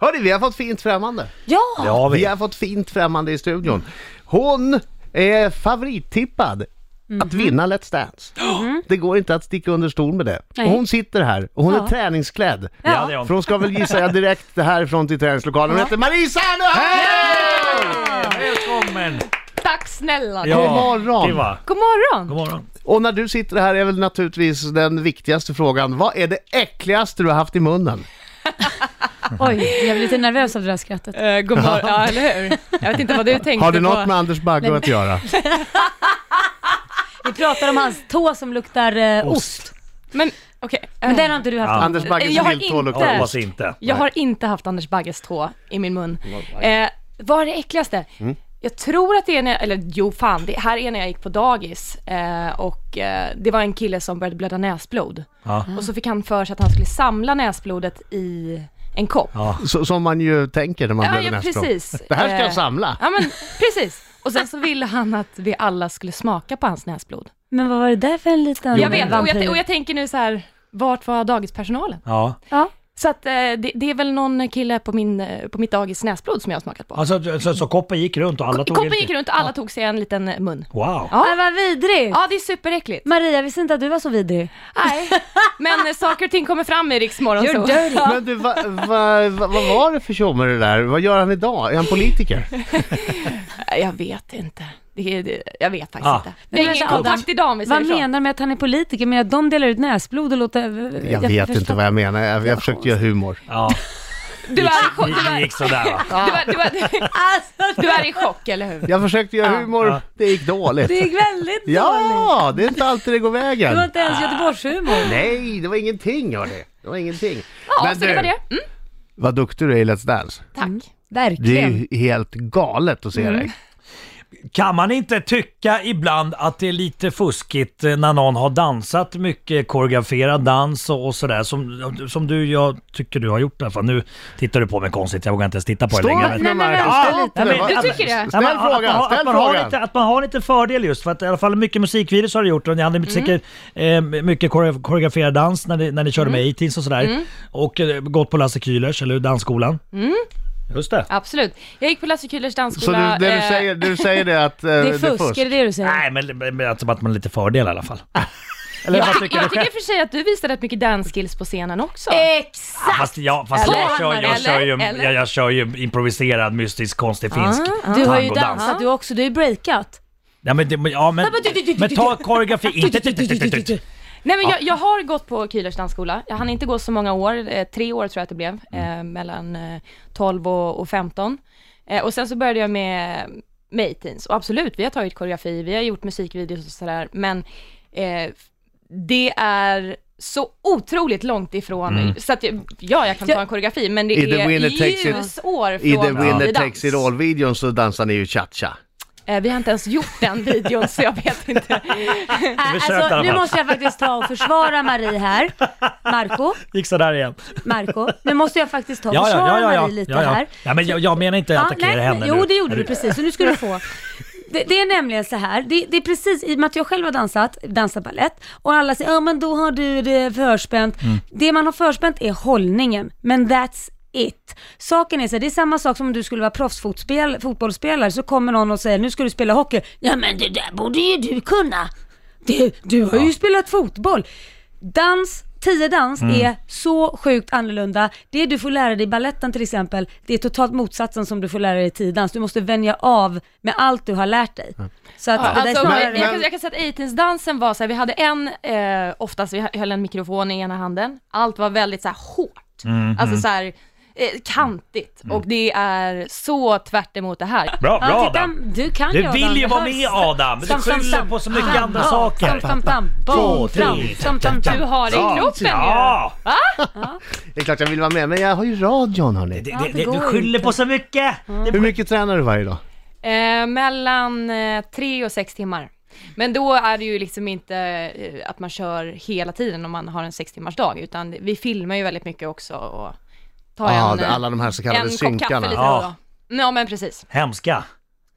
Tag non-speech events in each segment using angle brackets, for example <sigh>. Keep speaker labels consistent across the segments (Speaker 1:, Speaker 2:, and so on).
Speaker 1: Hörni, vi har fått fint främmande.
Speaker 2: Ja!
Speaker 3: Ja,
Speaker 1: Vi
Speaker 3: vi.
Speaker 1: har fått fint främmande i studion. Hon är favorittippad
Speaker 2: Mhm.
Speaker 1: att vinna Let's
Speaker 2: <gasps>
Speaker 1: Dance. Det går inte att sticka under stol med det.
Speaker 2: Mm. Nej.
Speaker 1: Och hon sitter här och hon är
Speaker 2: Ja.
Speaker 1: träningsklädd.
Speaker 3: Ja, det är hon.
Speaker 1: För hon ska väl gissa jag direkt härifrån till träningslokalen. Hon heter Marie Serneholt!
Speaker 3: Välkommen!
Speaker 2: Tack snälla!
Speaker 3: Ja.
Speaker 1: God morgon.
Speaker 3: det var-
Speaker 2: God morgon!
Speaker 3: God morgon.
Speaker 1: Och när du sitter här är väl naturligtvis den viktigaste frågan. Vad är det äckligaste du har haft i munnen?
Speaker 4: Oj, jag blir lite nervös av det där skrattet.
Speaker 2: Eh, god morgon, ja eller hur? Jag vet inte vad du tänkte
Speaker 1: Har det
Speaker 2: på.
Speaker 1: något med Anders Bagge att
Speaker 2: <laughs>
Speaker 1: göra?
Speaker 4: Vi pratar om hans tå som luktar eh, ost.
Speaker 2: Men okej.
Speaker 4: Men
Speaker 2: eh,
Speaker 4: den har inte du haft.
Speaker 3: Ja.
Speaker 4: Anton.
Speaker 1: Anders Bagges
Speaker 2: Jag har
Speaker 1: lilltå
Speaker 2: inte-
Speaker 3: Jag
Speaker 1: luktar
Speaker 3: hoppas inte.
Speaker 2: jag har inte haft Anders Bagges tå i min mun. Eh, vad är det äckligaste? Jag tror att det är när, eller jo fan, det här är när jag gick på dagis eh, och eh, det var en kille som började blöda näsblod.
Speaker 3: Ja.
Speaker 2: Och så fick han för sig att han skulle samla näsblodet i en kopp.
Speaker 1: Så, som man ju tänker när man
Speaker 2: Ja,
Speaker 1: blöder
Speaker 2: ja,
Speaker 1: näsblod.
Speaker 2: precis.
Speaker 1: Det här ska
Speaker 2: Eh,
Speaker 1: jag samla.
Speaker 2: Ja men precis. Och sen så ville han att vi alla skulle smaka på hans näsblod.
Speaker 4: Men vad var det där för en liten
Speaker 2: Jag vet, och jag,
Speaker 4: vampyr?
Speaker 2: och jag tänker nu så här, vart var dagispersonalen?
Speaker 3: Ja.
Speaker 4: Ja.
Speaker 2: Så att eh, det, det är väl någon kille på, min, eh, på mitt dagis näsblod som jag har smakat på.
Speaker 3: Alltså, så, så koppen gick runt och alla tog
Speaker 2: Koppen
Speaker 3: en
Speaker 2: gick
Speaker 3: till.
Speaker 2: runt och alla tog sig en liten eh, mun.
Speaker 3: Wow.
Speaker 2: Ja.
Speaker 4: Nej, Äh, vad vidrigt!
Speaker 2: Ja, det är superäckligt.
Speaker 4: Maria, jag visste inte att du var så vidrig.
Speaker 2: Nej, men eh, saker och ting kommer fram i Riks
Speaker 4: You're
Speaker 2: Morgonzoo.
Speaker 4: dirty.
Speaker 1: Men du, vad va, va, vad var det för tjomme det där? Vad gör han idag? Är han politiker?
Speaker 2: Nej, Eh, Jag vet inte. Det, är- det, jag vet faktiskt
Speaker 3: Ah.
Speaker 2: inte. Vi har ingen
Speaker 4: Adam,
Speaker 2: kontakt idag om vi säger
Speaker 4: Vad
Speaker 2: så.
Speaker 4: menar du med att han är politiker? Men att de delar ut näsblod och låter...
Speaker 1: Jag vet inte vad jag menar. Jag, jag försökte göra humor.
Speaker 3: Ja.
Speaker 2: Du är, i chock-
Speaker 3: Det det gick sådär va?
Speaker 4: Ah.
Speaker 2: du, är, du, är,
Speaker 4: Alltså,
Speaker 2: du är i chock, eller hur?
Speaker 1: Jag försökte göra humor.
Speaker 3: Ja.
Speaker 1: Det gick dåligt.
Speaker 4: Det gick väldigt dåligt.
Speaker 1: Ja, det är inte alltid det går
Speaker 4: Det var
Speaker 1: vägen.
Speaker 4: inte ens Göteborgshumor.
Speaker 1: Nej, det var ingenting hörni. Det var ingenting.
Speaker 2: Ja,
Speaker 1: Men
Speaker 2: så det var
Speaker 1: du,
Speaker 2: det. Mm,
Speaker 1: Vad duktig du är i Let's Dance.
Speaker 2: tack.
Speaker 1: Det är
Speaker 4: Mm. Verkligen.
Speaker 1: ju helt galet att se dig.
Speaker 3: Kan man inte tycka ibland att det är lite fuskigt eh, när någon har dansat mycket koreograferad dans och, och sådär som, som du, jag tycker du har gjort i alla fall. Nu tittar du på mig konstigt, jag vågar inte ens titta på dig
Speaker 1: Stå
Speaker 3: längre.
Speaker 1: upp
Speaker 3: men-
Speaker 1: nu
Speaker 4: Nej, men
Speaker 1: Marcus,
Speaker 3: vänta.
Speaker 1: ställ lite.
Speaker 3: Ja, men-
Speaker 1: Vad-
Speaker 2: Du tycker det?
Speaker 1: Ah! Ställ
Speaker 3: Ja, men att man
Speaker 1: frågan,
Speaker 3: har-
Speaker 1: ställ
Speaker 3: att man har
Speaker 1: frågan.
Speaker 3: Lite, att man har lite fördel just för att i alla fall mycket musikvideos har du gjort och ni hade
Speaker 2: Mm.
Speaker 3: säkert eh, mycket kore- koreograferad dans när ni, när ni körde
Speaker 2: Mm.
Speaker 3: med A-Teens och sådär. Och eh, gått på Lasse Kühlers, eller hur, dansskolan.
Speaker 2: Mm.
Speaker 3: Just det.
Speaker 2: Absolut. Jag gick på Lasse Kühlers
Speaker 1: Så du,
Speaker 2: dansskola.
Speaker 1: det du
Speaker 2: eh, <laughs>
Speaker 1: säger, det du säger det är att eh,
Speaker 4: Det är fusk, är det det du säger?
Speaker 3: Nej, men, men men alltså att man har lite fördel i alla fall. <laughs> eller
Speaker 2: Jag,
Speaker 3: vad
Speaker 2: tycker-
Speaker 3: tycker
Speaker 2: jag
Speaker 3: du
Speaker 2: tycker
Speaker 3: själv?
Speaker 2: för sig att du visade rätt mycket danceskills på scenen också.
Speaker 4: Eh, Exakt!
Speaker 3: Ah, Fast, ja, fast jag,
Speaker 4: Eller?
Speaker 3: kör, jag, kör ju,
Speaker 2: Eller? Ah.
Speaker 3: jag, jag kör ju improviserad, mystisk, konstig finsk
Speaker 4: Du har ju
Speaker 3: tangodans.
Speaker 4: dansat du också, du har ju breakat.
Speaker 3: Ja, men, det- men- ja, men, men ta koreografi, inte...
Speaker 2: Nej men jag, jag har gått på Kühlers dansskola. Jag hann inte gå så många år, eh, tre år tror jag att det blev,
Speaker 1: Mm.
Speaker 2: eh, mellan eh, 12 och, och 15. Eh, och sen så började jag med Mayteens. Och absolut, vi har tagit koreografi, vi har gjort musikvideos och sådär, men eh, det är så otroligt långt ifrån, så att jag, ja, jag kan ta en koreografi, men det
Speaker 1: Mm. I the
Speaker 2: är
Speaker 1: winner takes it-
Speaker 2: ljusår från
Speaker 1: I The Winner
Speaker 2: vanlig
Speaker 1: Takes It
Speaker 2: dans.
Speaker 1: All-videon så dansar ni ju cha-cha.
Speaker 2: Eh, vi har inte ens gjort den <laughs> videon, så jag vet inte.
Speaker 3: försökte i
Speaker 4: Alltså,
Speaker 3: alla
Speaker 4: nu
Speaker 3: fall.
Speaker 4: måste jag faktiskt ta och försvara Marie här. Marco,
Speaker 3: Gick sådär igen.
Speaker 4: Marco, nu måste jag faktiskt ta och försvara Marie lite
Speaker 3: ja, ja.
Speaker 4: här.
Speaker 3: Ja, men jag, jag menar inte att attackera
Speaker 4: nej,
Speaker 3: henne
Speaker 4: men- Jo,
Speaker 3: nu.
Speaker 4: det gjorde
Speaker 3: Eller-
Speaker 4: du precis, så nu ska du få. Det, det är nämligen så här, det, det är precis i och med att jag själv har dansat, dansat balett och alla säger ja men då har du det förspänt.
Speaker 3: Mm.
Speaker 4: Det man har förspänt är hållningen, men that's it. Saken är så här, det är samma sak som om du skulle vara proffsfotbollsspelare så kommer någon och säger nu ska du spela hockey. Ja men det där borde ju du kunna. Du, du har ju spelat fotboll. Dans, tiodans
Speaker 3: Mm.
Speaker 4: är så sjukt annorlunda. Det du får lära dig i balletten till exempel, det är totalt motsatsen som du får lära dig i tiodans. Du måste vänja av med allt du har lärt dig.
Speaker 3: Mm.
Speaker 4: Så att det där är
Speaker 2: Alltså,
Speaker 4: snarare...
Speaker 2: jag, kan, jag kan säga att 18 dansen var så här, vi hade en, eh, oftast vi höll en mikrofon i ena handen, allt var väldigt så här hårt,
Speaker 1: Mhm.
Speaker 2: alltså så här eh, kantigt
Speaker 1: Mm.
Speaker 2: och det är så tvärt emot det här.
Speaker 3: Bra, bra
Speaker 4: Ja, titta,
Speaker 3: Adam.
Speaker 4: du kan
Speaker 3: Du
Speaker 4: Adam.
Speaker 3: vill ju vara med Adam, men du
Speaker 4: Stam, stam,
Speaker 3: skyller
Speaker 4: stam.
Speaker 3: på så mycket
Speaker 4: Stam,
Speaker 3: andra
Speaker 4: ja,
Speaker 3: saker.
Speaker 4: Stam, stam, stam.
Speaker 3: Två,
Speaker 4: Bom,
Speaker 3: tre,
Speaker 4: fram, stam, stam,
Speaker 2: Du
Speaker 4: tam.
Speaker 2: har det i kroppen ju.
Speaker 3: Ja!
Speaker 1: Det är klart jag vill vara med, men jag har ju radion hörni.
Speaker 3: Det,
Speaker 4: Ja,
Speaker 3: det,
Speaker 4: det
Speaker 3: det, du
Speaker 4: går
Speaker 3: skyller
Speaker 4: inte.
Speaker 3: på så mycket!
Speaker 1: Hur mycket tränar du varje dag?
Speaker 2: Eh, mellan eh, tre och sex timmar. Men då är det ju liksom inte eh, att man kör hela tiden om man har en sex timmars dag, utan vi filmar ju väldigt mycket också och tar
Speaker 1: Ja,
Speaker 2: en, eh,
Speaker 1: alla de här så kallade
Speaker 2: en kopp kaffe
Speaker 1: synkarna.
Speaker 2: lite
Speaker 1: Ja.
Speaker 2: då
Speaker 3: Ja.
Speaker 2: och då. Ja men precis.
Speaker 3: Hemska.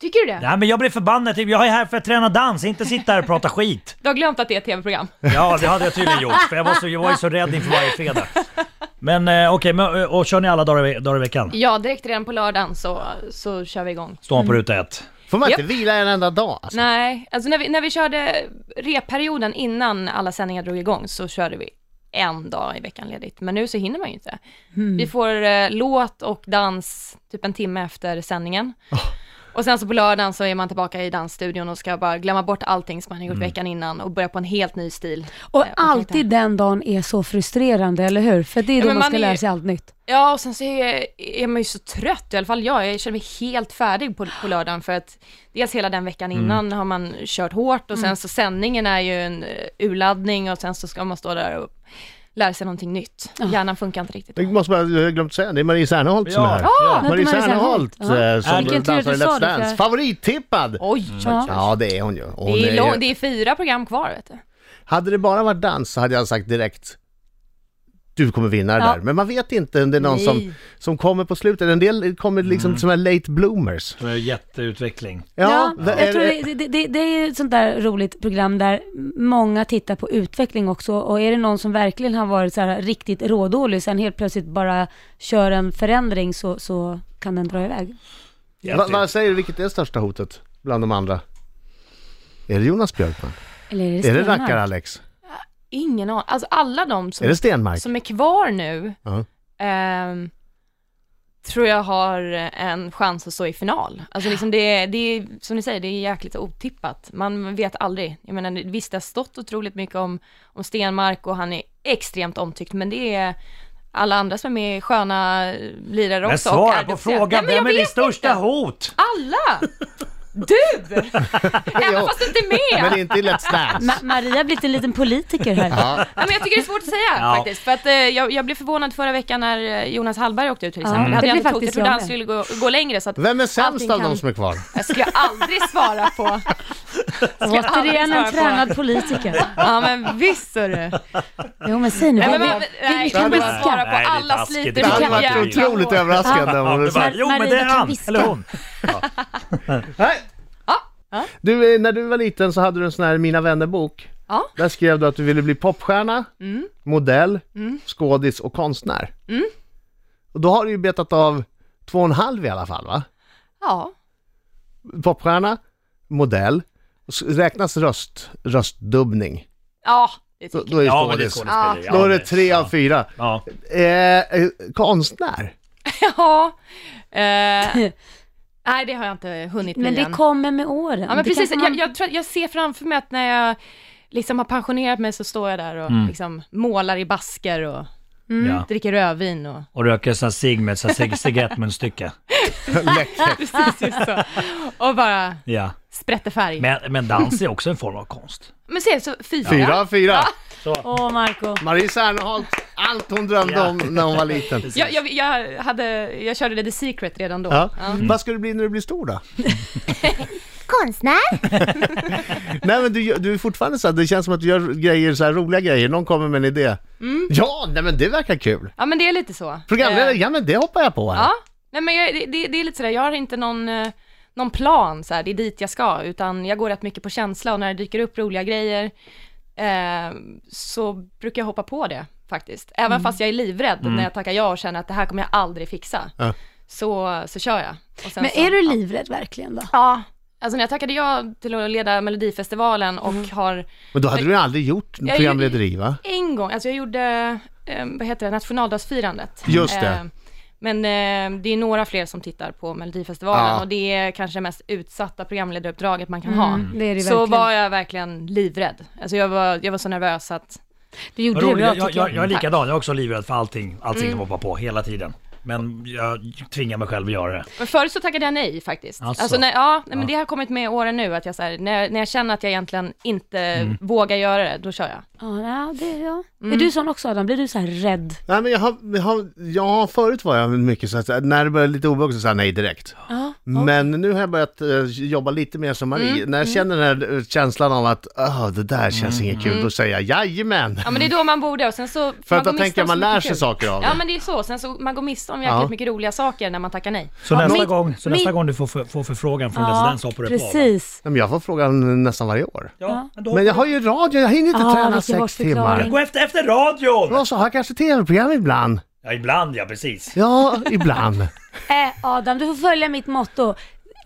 Speaker 2: Tycker du det?
Speaker 3: Nej men jag blir förbannad, typ, jag är här för att träna dans, inte sitta här och prata skit. <laughs>
Speaker 2: Du har glömt att det är ett tv-program.
Speaker 3: Ja det hade jag tydligen gjort, för jag var, så, jag var ju så rädd inför varje fredag. Men eh, okej, men, eh, och kör ni alla dagar, i- dagar i veckan?
Speaker 2: Ja, direkt redan på lördagen så, så kör vi igång.
Speaker 3: Står man på ruta ett?
Speaker 1: Får man
Speaker 2: Japp.
Speaker 1: inte vila en enda dag? Alltså?
Speaker 2: Nej, alltså när vi, när vi körde repperioden innan alla sändningar drog igång så körde vi en dag i veckan ledigt, men nu så hinner man ju inte. Vi får eh, låt och dans typ en timme efter sändningen. Och sen så på lördagen så är man tillbaka i dansstudion och ska bara glömma bort allting som man har gjort veckan innan och börja på en helt ny stil.
Speaker 4: Och
Speaker 2: Eh, kan
Speaker 4: alltid den dagen är så frustrerande, eller hur? För det är då
Speaker 2: men
Speaker 4: man
Speaker 2: man
Speaker 4: ska
Speaker 2: är
Speaker 4: lära
Speaker 2: ju-
Speaker 4: sig allt nytt.
Speaker 2: Ja, och sen så är, är man ju så trött, i alla fall jag. Jag känner mig helt färdig på, på lördagen för att dels hela den veckan innan har man kört hårt och sen så sändningen är ju en eh, urladdning och sen så ska man stå där och lära sig någonting nytt. Hjärnan funkar inte riktigt.
Speaker 1: Det måste man jag har glömt säga, det är Marie Serneholt som är
Speaker 3: Ja.
Speaker 1: här.
Speaker 3: Ja,
Speaker 4: det är
Speaker 1: Marie
Speaker 4: Marie
Speaker 1: Serneholt
Speaker 4: Serneholt.
Speaker 1: eh,
Speaker 3: Ja.
Speaker 1: som
Speaker 4: Vilken tur
Speaker 1: dansar i
Speaker 4: att du sa
Speaker 1: Let's
Speaker 4: det,
Speaker 1: Dance.
Speaker 4: för-
Speaker 1: Favorittippad!
Speaker 2: Oj,
Speaker 4: Ja.
Speaker 1: Ja det är hon ju. Hon
Speaker 2: det, är
Speaker 1: ju-
Speaker 2: lång, det är fyra program kvar vet du.
Speaker 1: Hade det bara varit dans så hade jag sagt direkt du kommer vinna det
Speaker 4: Ja.
Speaker 1: där. Men man vet inte om det är någon
Speaker 2: Nej.
Speaker 1: som, som kommer på slutet. En del kommer liksom som är late bloomers.
Speaker 3: Som är jätteutveckling.
Speaker 4: Ja,
Speaker 1: det-
Speaker 4: jag tror
Speaker 1: eh,
Speaker 4: det, det- det, det är ju ett sånt där roligt program där många tittar på utveckling också och är det någon som verkligen har varit så här riktigt rådålig sen helt plötsligt bara kör en förändring så, så kan den dra iväg.
Speaker 1: va- vad säger du, vilket är största hotet bland de andra? Är det Jonas Björkman?
Speaker 4: Eller är det,
Speaker 1: Är det
Speaker 4: Stenmark?
Speaker 1: Rackar-Alex?
Speaker 2: Ingen aning. Alltså alla de
Speaker 1: Är
Speaker 2: som,
Speaker 1: det Stenmark?
Speaker 2: som är kvar nu
Speaker 1: Ja.
Speaker 2: ehm, tror jag har en chans att stå i final. Alltså liksom det, är- det är, som ni säger, det är jäkligt otippat. Man vet aldrig. Jag menar, visst det har stått otroligt mycket om, om Stenmark och han är extremt omtyckt, men det är alla andra som är sköna eh, lirare
Speaker 3: Men
Speaker 2: också. och
Speaker 3: svara
Speaker 2: är
Speaker 3: på
Speaker 2: duktiga.
Speaker 3: frågan,
Speaker 2: Nej, men
Speaker 3: vem är
Speaker 2: jag
Speaker 3: ditt
Speaker 2: vet
Speaker 3: största
Speaker 2: inte.
Speaker 3: hot?
Speaker 2: Alla!
Speaker 3: <laughs>
Speaker 2: Du! Även fast du inte är med!
Speaker 1: Men det är inte i Let's Dance.
Speaker 4: Ma- Maria har blivit en liten politiker här.
Speaker 1: Ja.
Speaker 2: <laughs> Ja, men jag tycker det är svårt att säga
Speaker 3: Ja.
Speaker 2: faktiskt. För att, eh, jag, jag blev förvånad förra veckan när eh, Jonas Hallberg åkte ut till
Speaker 4: Ja,
Speaker 2: exempel.
Speaker 4: det
Speaker 2: det hade jag
Speaker 4: blir
Speaker 2: inte trott. Jag
Speaker 4: faktiskt
Speaker 2: trodde
Speaker 4: jag
Speaker 2: han
Speaker 4: med.
Speaker 2: skulle gå, gå längre. Så att
Speaker 1: Vem är sämst
Speaker 2: allting
Speaker 1: av
Speaker 2: kan-
Speaker 1: de som är kvar?
Speaker 2: Jag skulle aldrig svara
Speaker 4: <laughs>
Speaker 2: på. Jag skulle aldrig
Speaker 4: Återigen
Speaker 2: svara
Speaker 4: en
Speaker 2: på.
Speaker 4: tränad politiker.
Speaker 2: Ja men visst hörru.
Speaker 4: Jo men säg nu,
Speaker 2: Nej
Speaker 4: vad är
Speaker 2: men man,
Speaker 4: det? Det är
Speaker 2: nej,
Speaker 4: mycket
Speaker 2: kan
Speaker 4: att
Speaker 2: man
Speaker 1: bara-
Speaker 4: viska.
Speaker 2: svara
Speaker 3: Nej, det
Speaker 2: på
Speaker 3: är
Speaker 2: alla
Speaker 3: taskigt.
Speaker 2: sliter
Speaker 1: Det
Speaker 3: Det
Speaker 1: hade
Speaker 3: kan jag
Speaker 1: varit
Speaker 3: inte.
Speaker 1: otroligt överraskande om hon
Speaker 3: Det bara,
Speaker 4: Mar-
Speaker 3: jo men det
Speaker 4: Maria
Speaker 3: är
Speaker 4: kan
Speaker 3: han,
Speaker 4: viska.
Speaker 3: eller hon.
Speaker 1: Nej. Du, eh, när du var liten så hade du en sån här Mina vänner-bok.
Speaker 2: Ja.
Speaker 1: Där skrev du att du ville bli popstjärna, modell, skådis och konstnär. Och då har du ju betat av två och en halv i alla fall va?
Speaker 2: Ja.
Speaker 1: Popstjärna, modell, och s- räknas röst, röstdubbning.
Speaker 2: Ja, det typ-
Speaker 1: Då,
Speaker 2: tycker jag.
Speaker 1: då är det
Speaker 3: Ja, men det är
Speaker 1: skådis.
Speaker 3: skådespelare. Ja,
Speaker 1: Då är det
Speaker 3: men-
Speaker 1: tre av fyra.
Speaker 3: Ja.
Speaker 1: Eh, eh, konstnär.
Speaker 2: Ja. Eh, nej det har jag inte hunnit
Speaker 4: Men
Speaker 2: bli
Speaker 4: det
Speaker 2: än.
Speaker 4: kommer med åren.
Speaker 2: Ja men
Speaker 4: Det
Speaker 2: precis,
Speaker 4: kanske man-
Speaker 2: jag, jag, tror, att jag ser framför mig att när jag liksom har pensionerat mig så står jag där och liksom målar i basker och
Speaker 3: Ja.
Speaker 2: dricker rödvin och
Speaker 3: Och röker sån här cigg med ett sånt här cig- cigarettmunstycke.
Speaker 1: Läckert.
Speaker 2: precis just så. <laughs> Och bara
Speaker 3: Ja.
Speaker 2: sprätter färg. Men,
Speaker 3: Men, men dans är också en form av konst.
Speaker 2: se, så fyra.
Speaker 1: Fyra av fyra.
Speaker 4: Åh Marco.
Speaker 2: Alltså.
Speaker 1: Marie Serneholt, allt hon drömde
Speaker 3: Ja.
Speaker 1: om när hon var
Speaker 3: <laughs>
Speaker 1: liten.
Speaker 2: Jag, jag, jag, hade, jag körde The Secret redan då.
Speaker 1: Ja.
Speaker 3: Mm.
Speaker 1: Vad ska du bli när du blir stor då?
Speaker 5: Konstnär?
Speaker 1: <laughs> Nej men du, gör- du är fortfarande så här, det känns som att du gör grejer, så här roliga grejer, någon kommer med en idé. Ja, nej men det verkar kul.
Speaker 2: Ja men det är lite så.
Speaker 1: Programledare,
Speaker 2: Eh,
Speaker 1: ja men det hoppar jag på här.
Speaker 2: Ja, nej men jag, det- det, det är lite sådär, jag har inte någon, eh, någon plan så här, det är dit jag ska, utan jag går rätt mycket på känsla och när det dyker upp roliga grejer eh, så brukar jag hoppa på det faktiskt. Även
Speaker 1: Mm.
Speaker 2: fast jag är livrädd när jag tackar ja och känner att det här kommer jag aldrig fixa,
Speaker 1: Ja.
Speaker 2: så, så kör jag. Och sen
Speaker 4: Men
Speaker 2: så-
Speaker 4: är du livrädd verkligen då?
Speaker 2: Ja. Alltså när jag tackade ja till att leda Melodifestivalen och
Speaker 1: Mm.
Speaker 2: har
Speaker 1: Men då hade du ju aldrig gjort
Speaker 2: ju-
Speaker 1: programlederi va?
Speaker 2: en gång, alltså jag gjorde, eh, vad heter det, nationaldagsfirandet.
Speaker 1: Just det.
Speaker 2: Eh, men eh, det är några fler som tittar på Melodifestivalen
Speaker 1: Ja.
Speaker 2: och det är kanske det mest utsatta programledaruppdraget man kan
Speaker 1: Mm.
Speaker 2: ha.
Speaker 4: Mm. det är det
Speaker 2: så
Speaker 4: verkligen.
Speaker 2: var jag verkligen livrädd. Alltså jag var, jag var så nervös att,
Speaker 4: Du gjorde
Speaker 3: Roligt,
Speaker 4: det bra
Speaker 3: jag,
Speaker 4: tycker
Speaker 3: jag,
Speaker 4: jag.
Speaker 3: jag är likadan, jag är också livrädd för allting, allting som hoppar på hela tiden. Men jag tvingar mig själv att göra det.
Speaker 2: men förut så tackade jag nej faktiskt.
Speaker 3: Alltså.
Speaker 2: Alltså när, ja, nej, men det har kommit med åren nu att jag så här, när, jag- när jag känner att jag egentligen inte
Speaker 1: Mm.
Speaker 2: vågar göra det, då kör jag.
Speaker 4: Ja, ja, det är jag.
Speaker 3: Mm.
Speaker 4: Är du sån också Adam? Blir du så här rädd?
Speaker 1: Nej men jag har, jag har, ja, förut var jag mycket så att när det började lite obehagligt så sa jag nej direkt.
Speaker 4: Ja.
Speaker 1: Men nu har jag börjat eh, jobba lite mer som Marie. När jag känner den här eh, känslan av att "Ah, det där känns inget kul, då säger jag jajamän.
Speaker 2: Ja men det är då man borde och sen så...
Speaker 1: <laughs> Mm. För
Speaker 2: man
Speaker 1: att då
Speaker 2: går miste
Speaker 1: tänker jag
Speaker 2: om
Speaker 1: man
Speaker 2: så
Speaker 1: lär
Speaker 2: mycket
Speaker 1: sig
Speaker 2: kul.
Speaker 1: saker av det.
Speaker 2: Ja men det är så, sen så man går miste om jäkligt
Speaker 1: Ja.
Speaker 2: mycket roliga saker när man tackar nej.
Speaker 3: Så, nästa,
Speaker 4: mitt-
Speaker 3: gång, så nästa
Speaker 4: mitt-
Speaker 3: gång du får, får, får förfrågan från Let's Dance hoppar du på. va?
Speaker 4: precis.
Speaker 1: Nej, men jag får frågan nästan varje år.
Speaker 3: Ja, men då
Speaker 1: Men jag har ju radio, jag hinner inte
Speaker 4: Ja,
Speaker 1: träna
Speaker 4: vilken
Speaker 1: sex
Speaker 4: bortförklaring.
Speaker 1: timmar.
Speaker 3: Gå efter, efter radion!
Speaker 1: Och så har jag kanske tv-program ibland.
Speaker 3: Ja, ibland ja, precis.
Speaker 1: Ja, ibland.
Speaker 4: Eh, Adam, du får följa mitt motto.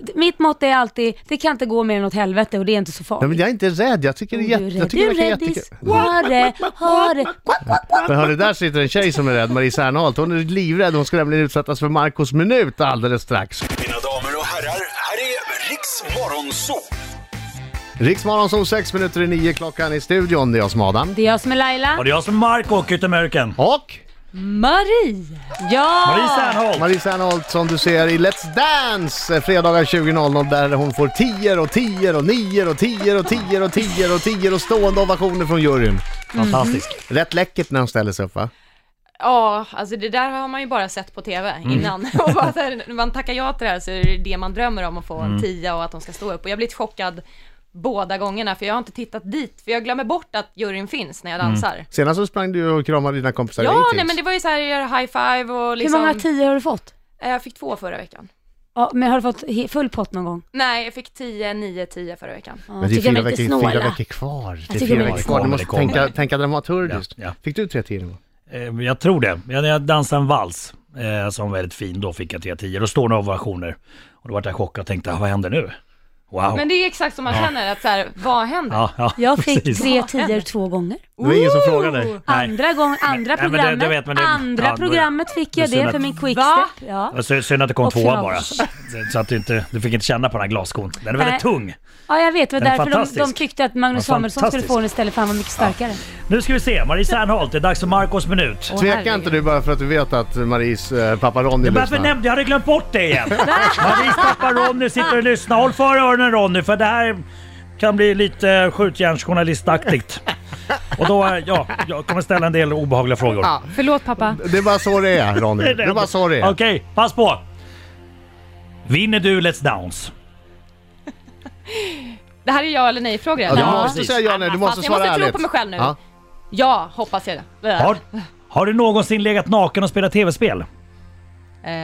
Speaker 4: D- Mitt motto är alltid, det kan inte gå mer än åt helvete och det är inte så
Speaker 1: Nej,
Speaker 4: farligt.
Speaker 1: men jag är inte rädd. Jag tycker det är,
Speaker 4: Oh, Du är
Speaker 1: jätte, jag
Speaker 4: rädd,
Speaker 1: tycker
Speaker 4: du
Speaker 1: det
Speaker 4: är
Speaker 1: verkar
Speaker 4: rädd,
Speaker 1: jättekul.
Speaker 4: hare, hare. Quack, quack.
Speaker 1: Men hörru, där sitter en tjej som är rädd, Marie Serneholt. Hon är livrädd. Hon ska nämligen utsättas för Marcos minut alldeles strax.
Speaker 5: Mina damer och herrar, här är Riks Morgonzoo!
Speaker 1: Riksmorgon som sex minuter i nio klockan i studion. Det är jag som är Adam.
Speaker 4: Det är jag som är Laila.
Speaker 3: Och det är jag som är Mark åker till American.
Speaker 1: Och
Speaker 2: Marie!
Speaker 3: Marie
Speaker 1: Ah.
Speaker 4: Ja!
Speaker 3: Serneholt!
Speaker 1: Marie Serneholt som du ser i Let's Dance eh, fredagar 20.00 där hon får 10 och 10 och 9 och 10 och 10 och 10 och 10 och stående ovationer från juryn.
Speaker 3: Mm. Fantastisk.
Speaker 1: Rätt läckert när hon ställer sig upp va?
Speaker 2: Ja, alltså det där har man ju bara sett på TV innan. <laughs> Och bara så här, när man tackar ja till det här så är det det man drömmer om att få en tia och att de ska stå upp. Och jag har blivit chockad båda gångerna för jag har inte tittat dit, för jag glömmer bort att juryn finns när jag dansar.
Speaker 1: Senast så sprang du och kramade dina kompisar
Speaker 2: Ja,
Speaker 1: i ATX.
Speaker 2: nej men det var ju så här, jag gör high five och
Speaker 4: Hur
Speaker 2: liksom.
Speaker 4: många tio har du fått?
Speaker 2: Eh, Jag fick två förra veckan.
Speaker 4: Ja, men har du fått he- full pott någon gång?
Speaker 2: Nej, jag fick 10, 9, 10 förra veckan.
Speaker 4: Ja,
Speaker 1: Men det är
Speaker 4: tycker
Speaker 1: fyra
Speaker 4: de lite
Speaker 1: veckor, fyra
Speaker 4: snåla.
Speaker 1: veckor kvar. Det är
Speaker 4: tycker
Speaker 1: fyra
Speaker 4: de är
Speaker 1: veckor
Speaker 4: lite
Speaker 1: kvar. Du
Speaker 3: snåla.
Speaker 1: måste
Speaker 3: Det kommer.
Speaker 1: tänka, tänka dramaturgiskt.
Speaker 3: Ja, ja.
Speaker 1: Fick du tre tior?
Speaker 3: Eh, Jag tror det. Jag, jag dansade en vals eh, som var väldigt fin. Då fick jag 3 10 Då står några ovationer. Och då vart jag chockad och tänkte, "Ah, vad händer nu? Wow.
Speaker 2: Men det är exakt som man känner, att så här, vad händer?
Speaker 3: Ja, ja,
Speaker 4: <laughs> Jag fick
Speaker 3: precis.
Speaker 4: tre tior två gånger.
Speaker 1: Det var ingen som frågade dig.
Speaker 3: Nej.
Speaker 4: Andra gången, andra
Speaker 3: Nej, men det- det
Speaker 4: programmet,
Speaker 3: vet man, det-
Speaker 4: andra
Speaker 3: ja, då-
Speaker 4: programmet fick
Speaker 3: det är
Speaker 4: jag
Speaker 3: synd
Speaker 4: det för
Speaker 3: att-
Speaker 4: min
Speaker 2: Va?
Speaker 4: quickstep. Ja.
Speaker 3: Det var sy- synd att det kom
Speaker 4: Och
Speaker 3: tvåa
Speaker 4: final.
Speaker 3: bara. Så att du, inte, du fick inte känna på den här glasskon. Den är väldigt
Speaker 4: Nej.
Speaker 3: tung.
Speaker 4: ja, jag vet. Det var
Speaker 3: Den är
Speaker 4: därför de, de
Speaker 3: fantastisk.
Speaker 4: tyckte att Magnus
Speaker 3: Den är
Speaker 4: Samuelsson skulle
Speaker 3: fantastisk.
Speaker 4: få den istället för han var mycket starkare.
Speaker 3: Nu ska vi se, Marie Serneholt. Det är dags för Marcos minut.
Speaker 2: Åh,
Speaker 1: Tveka
Speaker 2: herregud.
Speaker 1: inte du bara för att du vet att Maries eh, pappa Ronny
Speaker 3: Varför
Speaker 1: lyssnar.
Speaker 3: nämnde jag? hade glömt bort det
Speaker 4: <laughs>
Speaker 3: igen. Maries pappa Ronny sitter och lyssnar. Håll för öronen Ronny för det här kan bli lite skjutjärnsjournalistaktigt. Och då, eh, ja, jag kommer ställa en del obehagliga frågor.
Speaker 2: Ja, förlåt pappa.
Speaker 1: Det är bara så det är
Speaker 3: <laughs>
Speaker 1: Ronny. Det är bara så det är.
Speaker 3: Okej, pass på. Vinner du Let's Dance?
Speaker 2: Det här är ja eller nej-frågor.
Speaker 1: Ja, du
Speaker 4: Ja,
Speaker 1: måste
Speaker 3: precis.
Speaker 1: säga ja nej, du
Speaker 2: Jag
Speaker 1: måste
Speaker 2: måste
Speaker 1: svara
Speaker 2: tro på
Speaker 1: ärligt.
Speaker 2: mig själv nu.
Speaker 1: Ja.
Speaker 2: Ja, hoppas jag det.
Speaker 3: Har, har du någonsin legat naken och spelat tv-spel?
Speaker 2: Eh,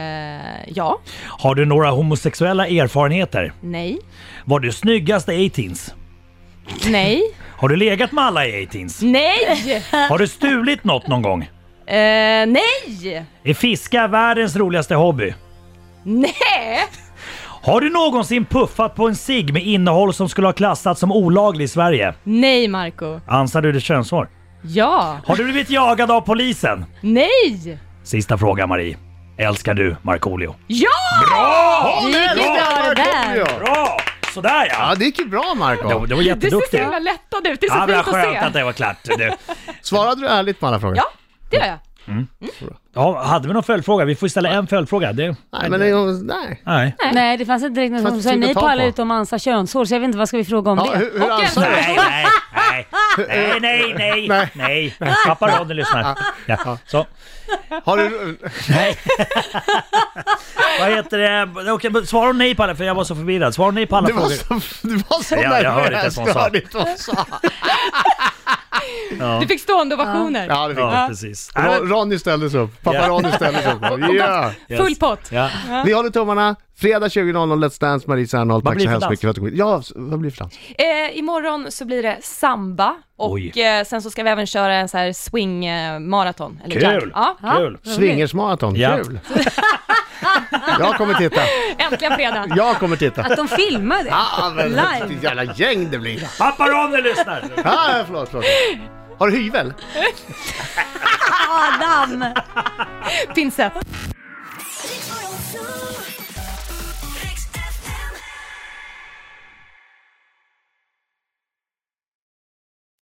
Speaker 2: ja,
Speaker 3: Har du några homosexuella erfarenheter?
Speaker 2: nej,
Speaker 3: Var du snyggaste i 18s?
Speaker 2: nej,
Speaker 3: Har du legat med alla i 18s?
Speaker 2: nej,
Speaker 3: Har du stulit något någon gång?
Speaker 2: eh, nej,
Speaker 3: Är fiska världens roligaste hobby?
Speaker 2: nej,
Speaker 3: Har du någonsin puffat på en cigg med innehåll som skulle ha klassats som olaglig i Sverige?
Speaker 2: nej Marco.
Speaker 3: Ansar du ditt könshår?
Speaker 2: Ja,
Speaker 3: Har du blivit jagad av polisen?
Speaker 2: nej,
Speaker 3: Sista fråga Marie. Älskar du Markoolio?
Speaker 2: ja!
Speaker 1: Ja, det är
Speaker 4: bra det där.
Speaker 1: Markoolio.
Speaker 3: Bra! Sådär ja!
Speaker 1: Ja, det gick ju bra Marco.
Speaker 3: Det var
Speaker 2: Du ser så
Speaker 3: jätteduktig.
Speaker 2: himla lättad ut, det är så
Speaker 3: Ja, men
Speaker 2: fint att
Speaker 3: skönt att
Speaker 2: se.
Speaker 3: det var klart. Det-
Speaker 1: Svarade du ärligt på alla frågor?
Speaker 2: Ja, det gör jag.
Speaker 3: <laughs> Ja, hade vi någon följdfråga? Vi får ställa en följdfråga. Det...
Speaker 1: Nej, men det, är- nej.
Speaker 3: Nej.
Speaker 4: Nej, det fanns inte direkt någon
Speaker 1: Fast
Speaker 4: som
Speaker 1: det
Speaker 4: sa
Speaker 1: tog
Speaker 4: nej
Speaker 1: ett
Speaker 4: på
Speaker 1: tag
Speaker 4: alla
Speaker 1: på.
Speaker 4: utom Ansa könshår, så jag vet inte vad ska vi fråga om
Speaker 1: Ja,
Speaker 4: det.
Speaker 1: hur, alltså- hur
Speaker 2: Och en
Speaker 1: ansar du?
Speaker 3: Nej, nej, nej, nej, nej, nej, <laughs> nej, Pappa Ronny lyssnar. Ja, så.
Speaker 1: Har du...
Speaker 3: Vad heter det? Okej, men svara nej på alla, för jag var så förvirrad. Svara nej på alla
Speaker 1: Du var
Speaker 3: frågor.
Speaker 1: så, du var så
Speaker 3: Ja, jag hörde inte
Speaker 1: nervös.
Speaker 3: ens vad hon sa.
Speaker 1: hörde inte vad hon sa.
Speaker 2: Du fick stående ovationer.
Speaker 1: Ja, det fick
Speaker 3: Ja,
Speaker 1: du.
Speaker 3: precis.
Speaker 1: Ron- Ronny ställde sig upp. Pappa
Speaker 3: Ja.
Speaker 1: Ronny ställde
Speaker 3: <laughs>
Speaker 1: sig upp. Ja.
Speaker 2: Full pott.
Speaker 3: Ja.
Speaker 1: Vi håller tummarna. Fredag 20.00 Let's Dance, Marie Serneholt.
Speaker 3: Vad
Speaker 1: Tack
Speaker 3: blir
Speaker 1: så
Speaker 3: det
Speaker 1: hemskt
Speaker 3: för dans?
Speaker 1: mycket för att du kom hit. Ja, s- vad blir det för dans?
Speaker 2: Eh, imorgon så blir det samba och
Speaker 3: Oj.
Speaker 2: eh, sen så ska vi även köra en så här swing-maraton. eller jump.
Speaker 3: Kul!
Speaker 2: Ja,
Speaker 3: Kul!
Speaker 1: Swingersmaraton.
Speaker 3: Ja.
Speaker 1: Kul! <laughs> Jag kommer titta.
Speaker 2: äntligen fredag.
Speaker 1: Jag kommer titta.
Speaker 4: Att de
Speaker 3: <laughs>
Speaker 4: filmar det.
Speaker 1: Ah, men
Speaker 4: Live.
Speaker 1: vilket jävla gäng det blir.
Speaker 3: Pappa Ronny lyssnar!
Speaker 1: Ah, förlåt, förlåt. Har du hyvel?
Speaker 4: Adam!
Speaker 2: Pinsett.
Speaker 6: Riks Morgonzoo.